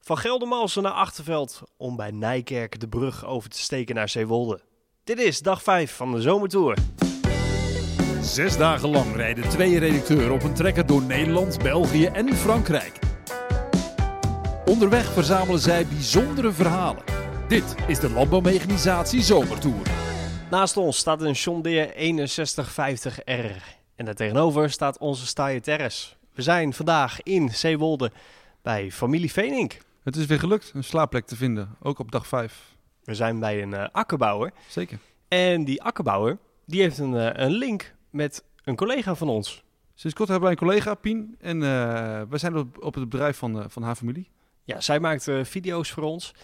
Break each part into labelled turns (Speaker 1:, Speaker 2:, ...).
Speaker 1: Van Geldermalsen naar Achterveld om bij Nijkerk de brug over te steken naar Zeewolde. Dit is dag 5 van de zomertour.
Speaker 2: Zes dagen lang rijden twee redacteuren op een trekker door Nederland, België en Frankrijk. Onderweg verzamelen zij bijzondere verhalen. Dit is de Landbouwmechanisatie Zomertour.
Speaker 1: Naast ons staat een John Deere 6150R. En daartegenover staat onze Staaije Terres. We zijn vandaag in Zeewolde bij familie Veenink.
Speaker 3: Het is weer gelukt een slaapplek te vinden, ook op dag 5.
Speaker 1: We zijn bij een eh, akkerbouwer.
Speaker 3: Zeker.
Speaker 1: En die akkerbouwer die heeft een, eh, een link met een collega van ons.
Speaker 3: Sinds kort hebben wij een collega, Pien, en eh wij zijn op, op het bedrijf van, eh, van haar familie.
Speaker 1: Ja, zij maakt eh, video's voor ons.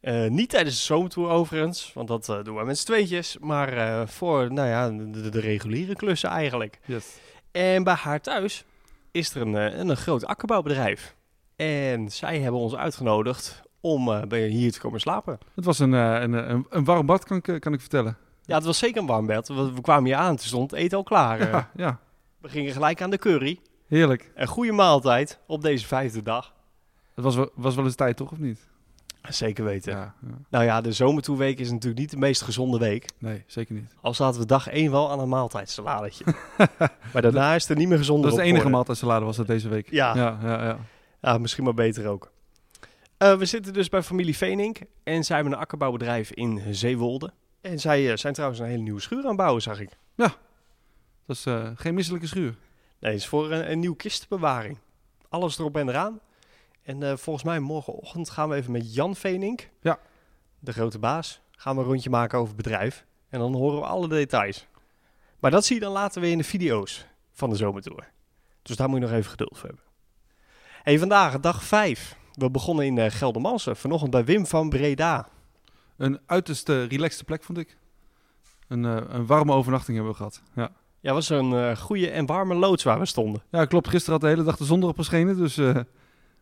Speaker 1: Eh, niet tijdens de zomertour overigens, want dat eh, doen wij met z'n tweetjes. Maar eh, voor nou ja, de, de reguliere klussen eigenlijk.
Speaker 3: Yes.
Speaker 1: En bij haar thuis is er een, eh, een, een groot akkerbouwbedrijf. En zij hebben ons uitgenodigd om eh, bij hier te komen slapen.
Speaker 3: Het was een, eh, een, eh, een, een warm bad, kan ik, eh, kan ik vertellen.
Speaker 1: Ja, het was zeker een warm bed. want We kwamen hier aan, toen stond het eten al klaar. eh.
Speaker 3: Ja, ja,
Speaker 1: We gingen gelijk aan de curry.
Speaker 3: heerlijk.
Speaker 1: Een goede maaltijd op deze vijfde dag.
Speaker 3: Het was, wel- was wel eens tijd, toch, of niet?
Speaker 1: Zeker weten.
Speaker 3: Ja, ja.
Speaker 1: Nou ja, de zomertoeweek is natuurlijk niet de meest gezonde week.
Speaker 3: Nee, zeker niet.
Speaker 1: Al zaten we dag één wel aan een maaltijdsaladetje. maar daarna is het er niet meer gezonder
Speaker 3: Dat is de
Speaker 1: op
Speaker 3: enige
Speaker 1: geworden.
Speaker 3: maaltijdsalade was dat deze week.
Speaker 1: Ja.
Speaker 3: ja, ja, ja.
Speaker 1: Ja, misschien maar beter ook. Eh, we zitten dus bij familie Veenink. En zij hebben een akkerbouwbedrijf in Zeewolde. En zij eh, zijn trouwens een hele nieuwe schuur aan het bouwen, zag ik.
Speaker 3: Dat is eh, geen misselijke schuur.
Speaker 1: Nee, het is voor een, een nieuwe kistenbewaring. Alles erop en eraan. En eh, volgens mij morgenochtend gaan we even met Jan Veenink,
Speaker 3: Ja.
Speaker 1: de grote baas, gaan we een rondje maken over het bedrijf. En dan horen we alle details. Maar dat zie je dan later weer in de video's van de zomertour. Dus daar moet je nog even geduld voor hebben. hey, vandaag dag 5. We begonnen in eh Geldermalsen, vanochtend bij Wim van Breda.
Speaker 3: Een uiterst eh, relaxte plek, vond ik. Een, eh, een warme overnachting hebben we gehad. Ja,
Speaker 1: Ja, was een eh goede en warme loods waar we stonden.
Speaker 3: ja klopt. Gisteren had de hele dag de zon erop geschenen. Dus eh,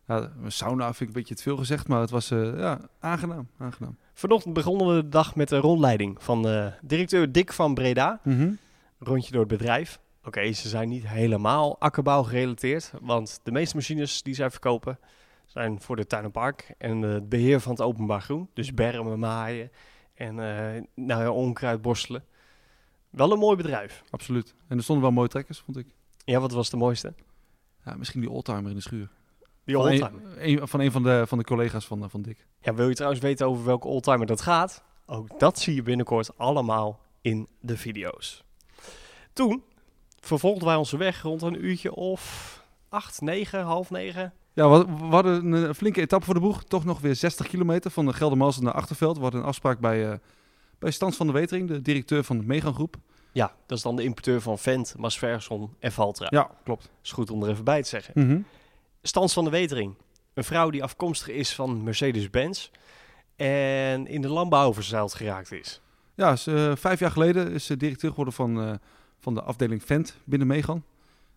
Speaker 3: ja, een sauna vind ik een beetje te veel gezegd. Maar het was eh, ja, aangenaam. aangenaam.
Speaker 1: Vanochtend begonnen we de dag met een rondleiding van eh, directeur Dick van Breda. rondje door het bedrijf. Oké, ze zijn niet helemaal akkerbouw gerelateerd, want de meeste machines die zij verkopen zijn voor de tuin en park en eh, het beheer van het openbaar groen. Dus bermen, maaien en eh, nou ja, onkruid borstelen. Wel een mooi bedrijf.
Speaker 3: Absoluut. En er stonden wel mooie trekkers, vond ik.
Speaker 1: Ja, wat was de mooiste?
Speaker 3: Ja, misschien die oldtimer in de schuur.
Speaker 1: Die
Speaker 3: Van een-
Speaker 1: oldtimer.
Speaker 3: een- van een van de, van de collega's van, eh, van Dick.
Speaker 1: Ja, wil je trouwens weten over welke oldtimer dat gaat? Ook dat zie je binnenkort allemaal in de video's. Toen vervolgden wij onze weg rond een uurtje of acht, negen, half negen.
Speaker 3: Ja, we, we hadden een eh, flinke etappe voor de boeg. Toch nog weer 60 kilometer van de Geldermalsen naar Achterveld. We hadden een afspraak bij, eh, bij Stans van der Wetering, de directeur van de Megan Groep.
Speaker 1: Ja, dat is dan de importeur van Vent, Masverson en Valtra.
Speaker 3: Ja, klopt.
Speaker 1: Is goed om er even bij te zeggen. Stans van de Wetering. Een vrouw die afkomstig is van Mercedes-Benz en in de landbouw verzeild geraakt is.
Speaker 3: Ja, ze, eh, vijf jaar geleden is ze directeur geworden van, eh, van de afdeling Vent binnen Megan.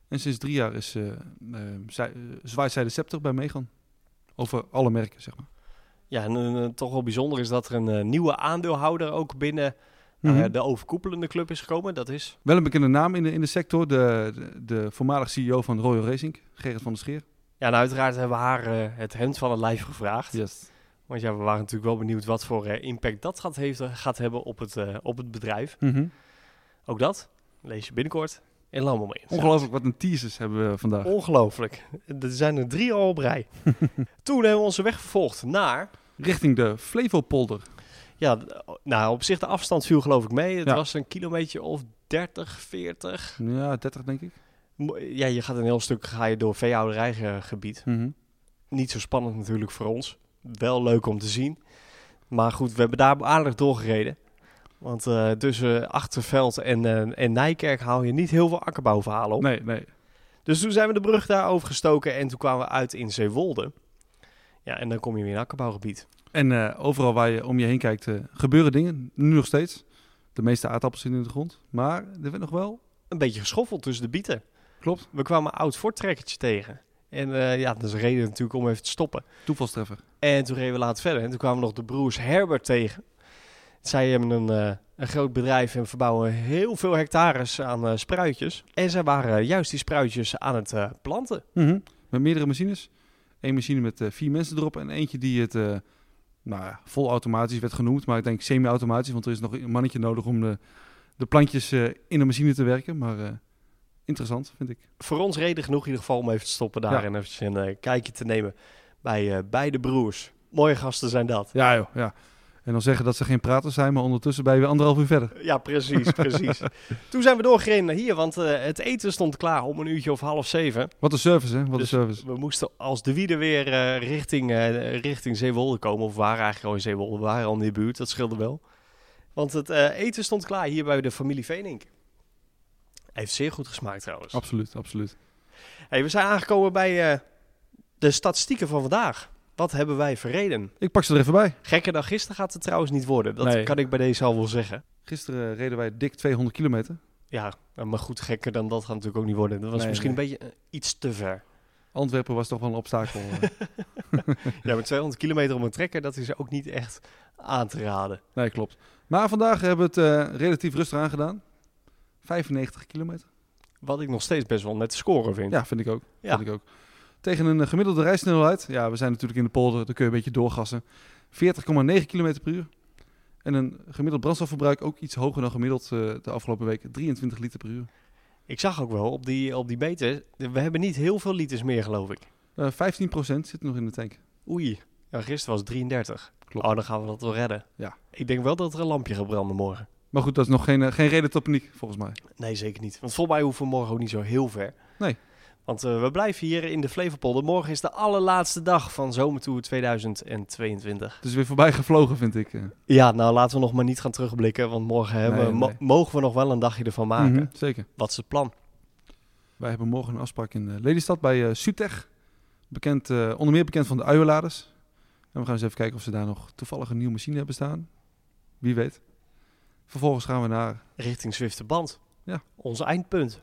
Speaker 3: En sinds drie jaar is, eh, eh, zij, eh, zwaait zij de scepter bij Megan. Over alle merken, zeg maar.
Speaker 1: Ja, en eh, toch wel bijzonder is dat er een eh, nieuwe aandeelhouder ook binnen nou ja,
Speaker 3: Mhm.
Speaker 1: de overkoepelende club is gekomen. Dat is
Speaker 3: Wel een bekende naam in de, in de sector. De, de, de voormalig CEO van Royal Racing, Gerrit van der Scheer.
Speaker 1: ja, en uiteraard hebben we haar eh, het hemd van het lijf gevraagd.
Speaker 3: Yes.
Speaker 1: Want ja, we waren natuurlijk wel benieuwd wat voor eh, impact dat gaat, heeft, gaat hebben op het, eh, op het bedrijf. Ook dat lees je binnenkort in Landbouwmeer.
Speaker 3: Ongelooflijk wat een teasers hebben we vandaag.
Speaker 1: Ongelooflijk. Er zijn er drie al op rij. Toen hebben we onze weg vervolgd naar...
Speaker 3: Richting de Flevopolder.
Speaker 1: Ja, d- nou, op zich de afstand viel geloof ik mee. Het
Speaker 3: Ja.
Speaker 1: was een kilometer of 30, 40.
Speaker 3: Ja, 30 denk ik.
Speaker 1: Mo- Ja, je gaat een heel stuk ga je door veehouderijgebied. Niet zo spannend natuurlijk voor ons. Wel leuk om te zien. Maar goed, we hebben daar aardig doorgereden. Want eh, tussen Achterveld en, eh, en Nijkerk haal je niet heel veel akkerbouwverhalen op.
Speaker 3: Nee, nee.
Speaker 1: Dus toen zijn we de brug daar overgestoken en toen kwamen we uit in Zeewolde. Ja, en dan kom je weer in een akkerbouwgebied.
Speaker 3: En eh, overal waar je om je heen kijkt eh, gebeuren dingen. Nu nog steeds. De meeste aardappels zitten in de grond. Maar er werd nog wel...
Speaker 1: Een beetje geschoffeld tussen de bieten.
Speaker 3: Klopt.
Speaker 1: We kwamen een oud voorttrekkertje tegen. En eh, ja, dat is een reden natuurlijk om even te stoppen.
Speaker 3: Toevalstreffer.
Speaker 1: En toen reden we later verder. En toen kwamen we nog de broers Herbert tegen. Zij hebben een, eh, een groot bedrijf en verbouwen heel veel hectares aan eh, spruitjes. En zij waren juist die spruitjes aan het eh, planten.
Speaker 3: Met meerdere machines. Eén machine met eh, vier mensen erop en eentje die het eh nou ja, vol automatisch werd genoemd. Maar ik denk semi-automatisch, want er is nog een mannetje nodig om de, de plantjes eh, in de machine te werken. Maar eh, interessant, vind ik.
Speaker 1: Voor ons reden genoeg in ieder geval om even te stoppen daar
Speaker 3: Ja.
Speaker 1: en even een eh, kijkje te nemen bij eh, beide broers. Mooie gasten zijn dat.
Speaker 3: Ja, joh, ja. En dan zeggen dat ze geen praters zijn, maar ondertussen ben je weer anderhalf uur verder.
Speaker 1: Ja, precies, precies. Toen zijn we doorgereden naar hier, want eh, het eten stond klaar om een uurtje of half zeven.
Speaker 3: Wat een service, hè? Wat
Speaker 1: Dus-
Speaker 3: een service.
Speaker 1: We moesten als de wieden weer eh, richting, eh, richting Zeewolde komen. Of we waren eigenlijk al in Zeewolde, we waren al in de buurt, dat scheelde wel. Want het eh, eten stond klaar hier bij de familie Veenink. Heeft zeer goed gesmaakt trouwens.
Speaker 3: Absoluut, absoluut.
Speaker 1: Hey, we zijn aangekomen bij eh, de statistieken van vandaag. Wat hebben wij verreden?
Speaker 3: Ik pak ze er even bij.
Speaker 1: Gekker dan gisteren gaat het trouwens niet worden. Dat
Speaker 3: Nee.
Speaker 1: kan ik bij deze al wel zeggen.
Speaker 3: Gisteren eh, reden wij dik 200 kilometer.
Speaker 1: Ja, maar goed, gekker dan dat gaat natuurlijk ook niet worden. Dat was
Speaker 3: Nee,
Speaker 1: misschien een beetje eh, iets te ver.
Speaker 3: Antwerpen was toch wel een obstakel. eh.
Speaker 1: Ja, met 200 kilometer om een trekker, dat is ook niet echt aan te raden.
Speaker 3: nee, klopt. Maar vandaag hebben we het eh, relatief rustig aangedaan. 95 kilometer.
Speaker 1: Wat ik nog steeds best wel net scoren vind.
Speaker 3: Ja, vind ik ook.
Speaker 1: Ja.
Speaker 3: Vind ik ook. Tegen een eh, gemiddelde rijsnelheid. Ja, we zijn natuurlijk in de polder, dan kun je een beetje doorgassen. 40,9 km per uur. En een gemiddeld brandstofverbruik ook iets hoger dan gemiddeld eh, de afgelopen week. 23 liter per uur.
Speaker 1: Ik zag ook wel op die, op die meter, we hebben niet heel veel liters meer geloof ik.
Speaker 3: Eh 15% zit nog in de tank.
Speaker 1: Oei, ja, gisteren was 33.
Speaker 3: Klopt.
Speaker 1: Oh, dan gaan we dat wel redden.
Speaker 3: Ja.
Speaker 1: Ik denk wel dat er een lampje gaat branden morgen.
Speaker 3: Maar goed, dat is nog geen, eh, geen reden tot paniek, volgens mij.
Speaker 1: Nee, zeker niet. Want volgens mij hoeven we morgen ook niet zo heel ver.
Speaker 3: Nee.
Speaker 1: Want eh, we blijven hier in de Flevopolder. Morgen is de allerlaatste dag van Zomertour 2022.
Speaker 3: Het is weer voorbij gevlogen, vind ik. eh.
Speaker 1: Ja, nou laten we nog maar niet gaan terugblikken. Want morgen hebben,
Speaker 3: Nee,
Speaker 1: we- mo-
Speaker 3: nee.
Speaker 1: mogen we nog wel een dagje ervan maken.
Speaker 3: Mhm, zeker.
Speaker 1: Wat is het plan?
Speaker 3: Wij hebben morgen een afspraak in eh, Lelystad bij eh Sutech. Bekend, eh, onder meer bekend van de uienladers. En we gaan eens even kijken of ze daar nog toevallig een nieuwe machine hebben staan. Wie weet. Vervolgens gaan we naar...
Speaker 1: Richting Zwifte Band.
Speaker 3: Ja.
Speaker 1: Ons eindpunt.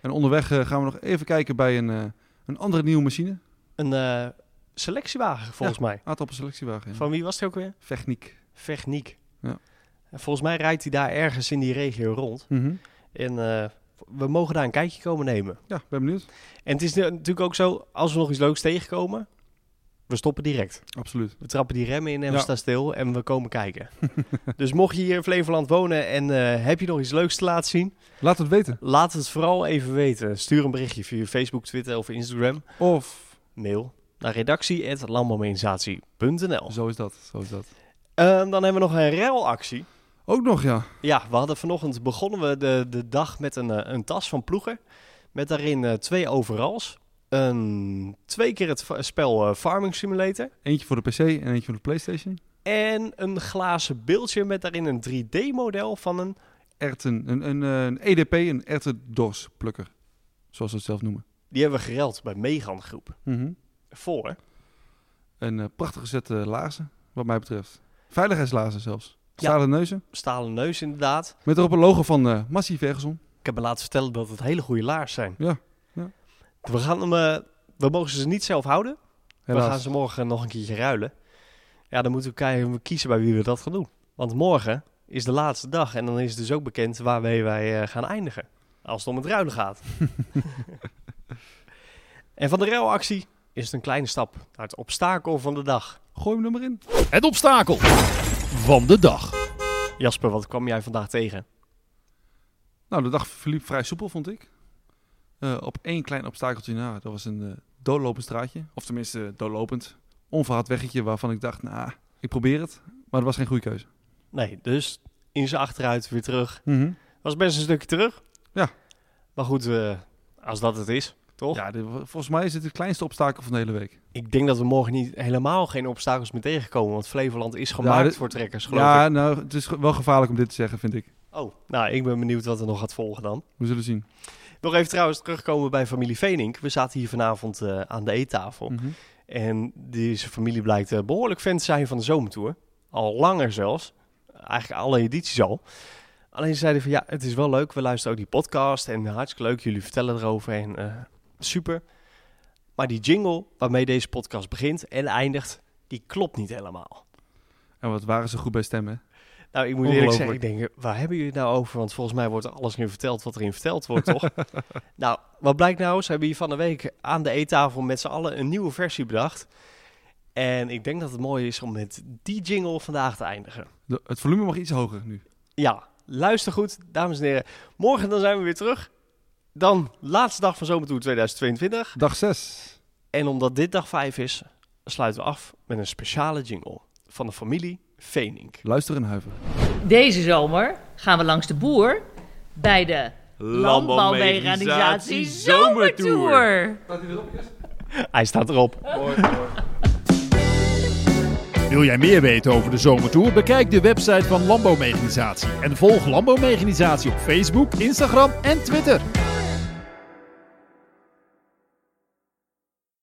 Speaker 3: En onderweg eh, gaan we nog even kijken bij een, eh, een andere nieuwe machine.
Speaker 1: Een eh, selectiewagen volgens mij.
Speaker 3: Aardappelselectiewagen. Ja.
Speaker 1: Van wie was die ook weer?
Speaker 3: eh, Techniek.
Speaker 1: Techniek.
Speaker 3: Ja.
Speaker 1: En volgens mij rijdt hij daar ergens in die regio rond.
Speaker 3: Mhm.
Speaker 1: En eh, we mogen daar een kijkje komen nemen.
Speaker 3: Ja, ben benieuwd.
Speaker 1: En het is nu- natuurlijk ook zo, als we nog iets leuks tegenkomen, we stoppen direct.
Speaker 3: Absoluut.
Speaker 1: We trappen die remmen in en we
Speaker 3: Ja.
Speaker 1: staan stil en we komen kijken. dus mocht je hier in Flevoland wonen en eh, heb je nog iets leuks te laten zien,
Speaker 3: Laat het weten.
Speaker 1: laat het vooral even weten. Stuur een berichtje via Facebook, Twitter of Instagram.
Speaker 3: Of...
Speaker 1: Mail naar redactie.landbouwmenisatie.nl
Speaker 3: Zo is dat. Zo is dat.
Speaker 1: Ehm, Dan hebben we nog een relactie.
Speaker 3: Ook nog, ja.
Speaker 1: Ja, we hadden vanochtend begonnen we de, de dag met een, eh, een tas van ploegen. Met daarin eh, twee overals. Een, twee keer het va- spel eh, Farming Simulator.
Speaker 3: Eentje voor de PC en eentje voor de PlayStation.
Speaker 1: En een glazen beeldje met daarin een 3D-model van een...
Speaker 3: Erten, een, een, eh, een EDP, een ertendorsplukker. plukker. Zoals ze het zelf noemen.
Speaker 1: Die hebben we gereld bij Megan Groep. Voor.
Speaker 3: Een eh, prachtige set eh, laarzen, wat mij betreft. Veiligheidslaarzen zelfs.
Speaker 1: Ja.
Speaker 3: Stalen neuzen.
Speaker 1: Stalen neus inderdaad.
Speaker 3: Met erop een logo van eh Massie Ferguson.
Speaker 1: Ik heb me laten vertellen dat het hele goede laars zijn.
Speaker 3: Ja, ja.
Speaker 1: We, gaan hem, eh, we mogen ze niet zelf houden. We gaan
Speaker 3: Helaas.
Speaker 1: ze morgen nog een keertje ruilen. Ja, dan moeten we kijken- kiezen bij wie we dat gaan doen. Want morgen is de laatste dag en dan is het dus ook bekend waarmee wij eh, gaan eindigen. Als het om het ruilen gaat. en van de ruilactie is het een kleine stap naar het obstakel van de dag.
Speaker 3: Gooi hem er maar in.
Speaker 2: Het obstakel van de dag.
Speaker 1: Jasper, wat kwam jij vandaag tegen?
Speaker 3: Nou, de dag verliep vrij soepel, vond ik. Eh, op één klein obstakeltje na. Dat was een eh, doodlopend straatje. Of tenminste, eh, doodlopend. Onverhard weggetje waarvan ik dacht, nou, ik probeer het. Maar dat was geen goede keuze.
Speaker 1: Nee, dus in zijn achteruit weer terug. Was best een stukje terug.
Speaker 3: Ja.
Speaker 1: Maar goed, eh, als dat het is, toch?
Speaker 3: Ja, dit, volgens mij is dit het kleinste obstakel van de hele week.
Speaker 1: Ik denk dat we morgen niet, helemaal geen obstakels meer tegenkomen. Want Flevoland is gemaakt
Speaker 3: Ja, dit-
Speaker 1: voor trekkers, geloof ik.
Speaker 3: ja, nou, het is ge- wel gevaarlijk om dit te zeggen, vind ik.
Speaker 1: Oh, nou, ik ben benieuwd wat er nog gaat volgen dan.
Speaker 3: We zullen zien.
Speaker 1: Nog even trouwens terugkomen bij familie Venink. We zaten hier vanavond eh, aan de eettafel.
Speaker 3: Mhm.
Speaker 1: En deze familie blijkt eh, behoorlijk fan te zijn van de zomertour. Al langer zelfs. Eigenlijk alle edities al. Alleen ze zeiden van ja, het is wel leuk. We luisteren ook die podcast en hartstikke leuk. Jullie vertellen erover en eh, super. Maar die jingle waarmee deze podcast begint en eindigt, die klopt niet helemaal.
Speaker 3: En wat waren ze goed bij stemmen? hè?
Speaker 1: Nou, ik moet eerlijk zeggen, ik
Speaker 3: Ongelooflijk.
Speaker 1: denk, waar hebben jullie het nou over? Want volgens mij wordt alles nu verteld wat erin verteld wordt, toch? nou, wat blijkt nou? Ze hebben hier van de week aan de eettafel met z'n allen een nieuwe versie bedacht. En ik denk dat het mooi is om met die jingle vandaag te eindigen.
Speaker 3: De- het volume mag iets hoger nu.
Speaker 1: Ja, luister goed, dames en heren. Morgen dan zijn we weer terug. Dan laatste dag van Zomertour 2022.
Speaker 3: Dag 6.
Speaker 1: En omdat dit dag 5 is, sluiten we af met een speciale jingle van de familie Veenink.
Speaker 3: Luister en huiver.
Speaker 4: Deze zomer gaan we langs de boer bij de Landbouwmechanisatie Zomertour.
Speaker 1: Hij staat erop.
Speaker 2: Wil jij meer weten over de zomertour? Bekijk de website van Landbouwmechanisatie en volg Landbouwmechanisatie op Facebook, Instagram en Twitter.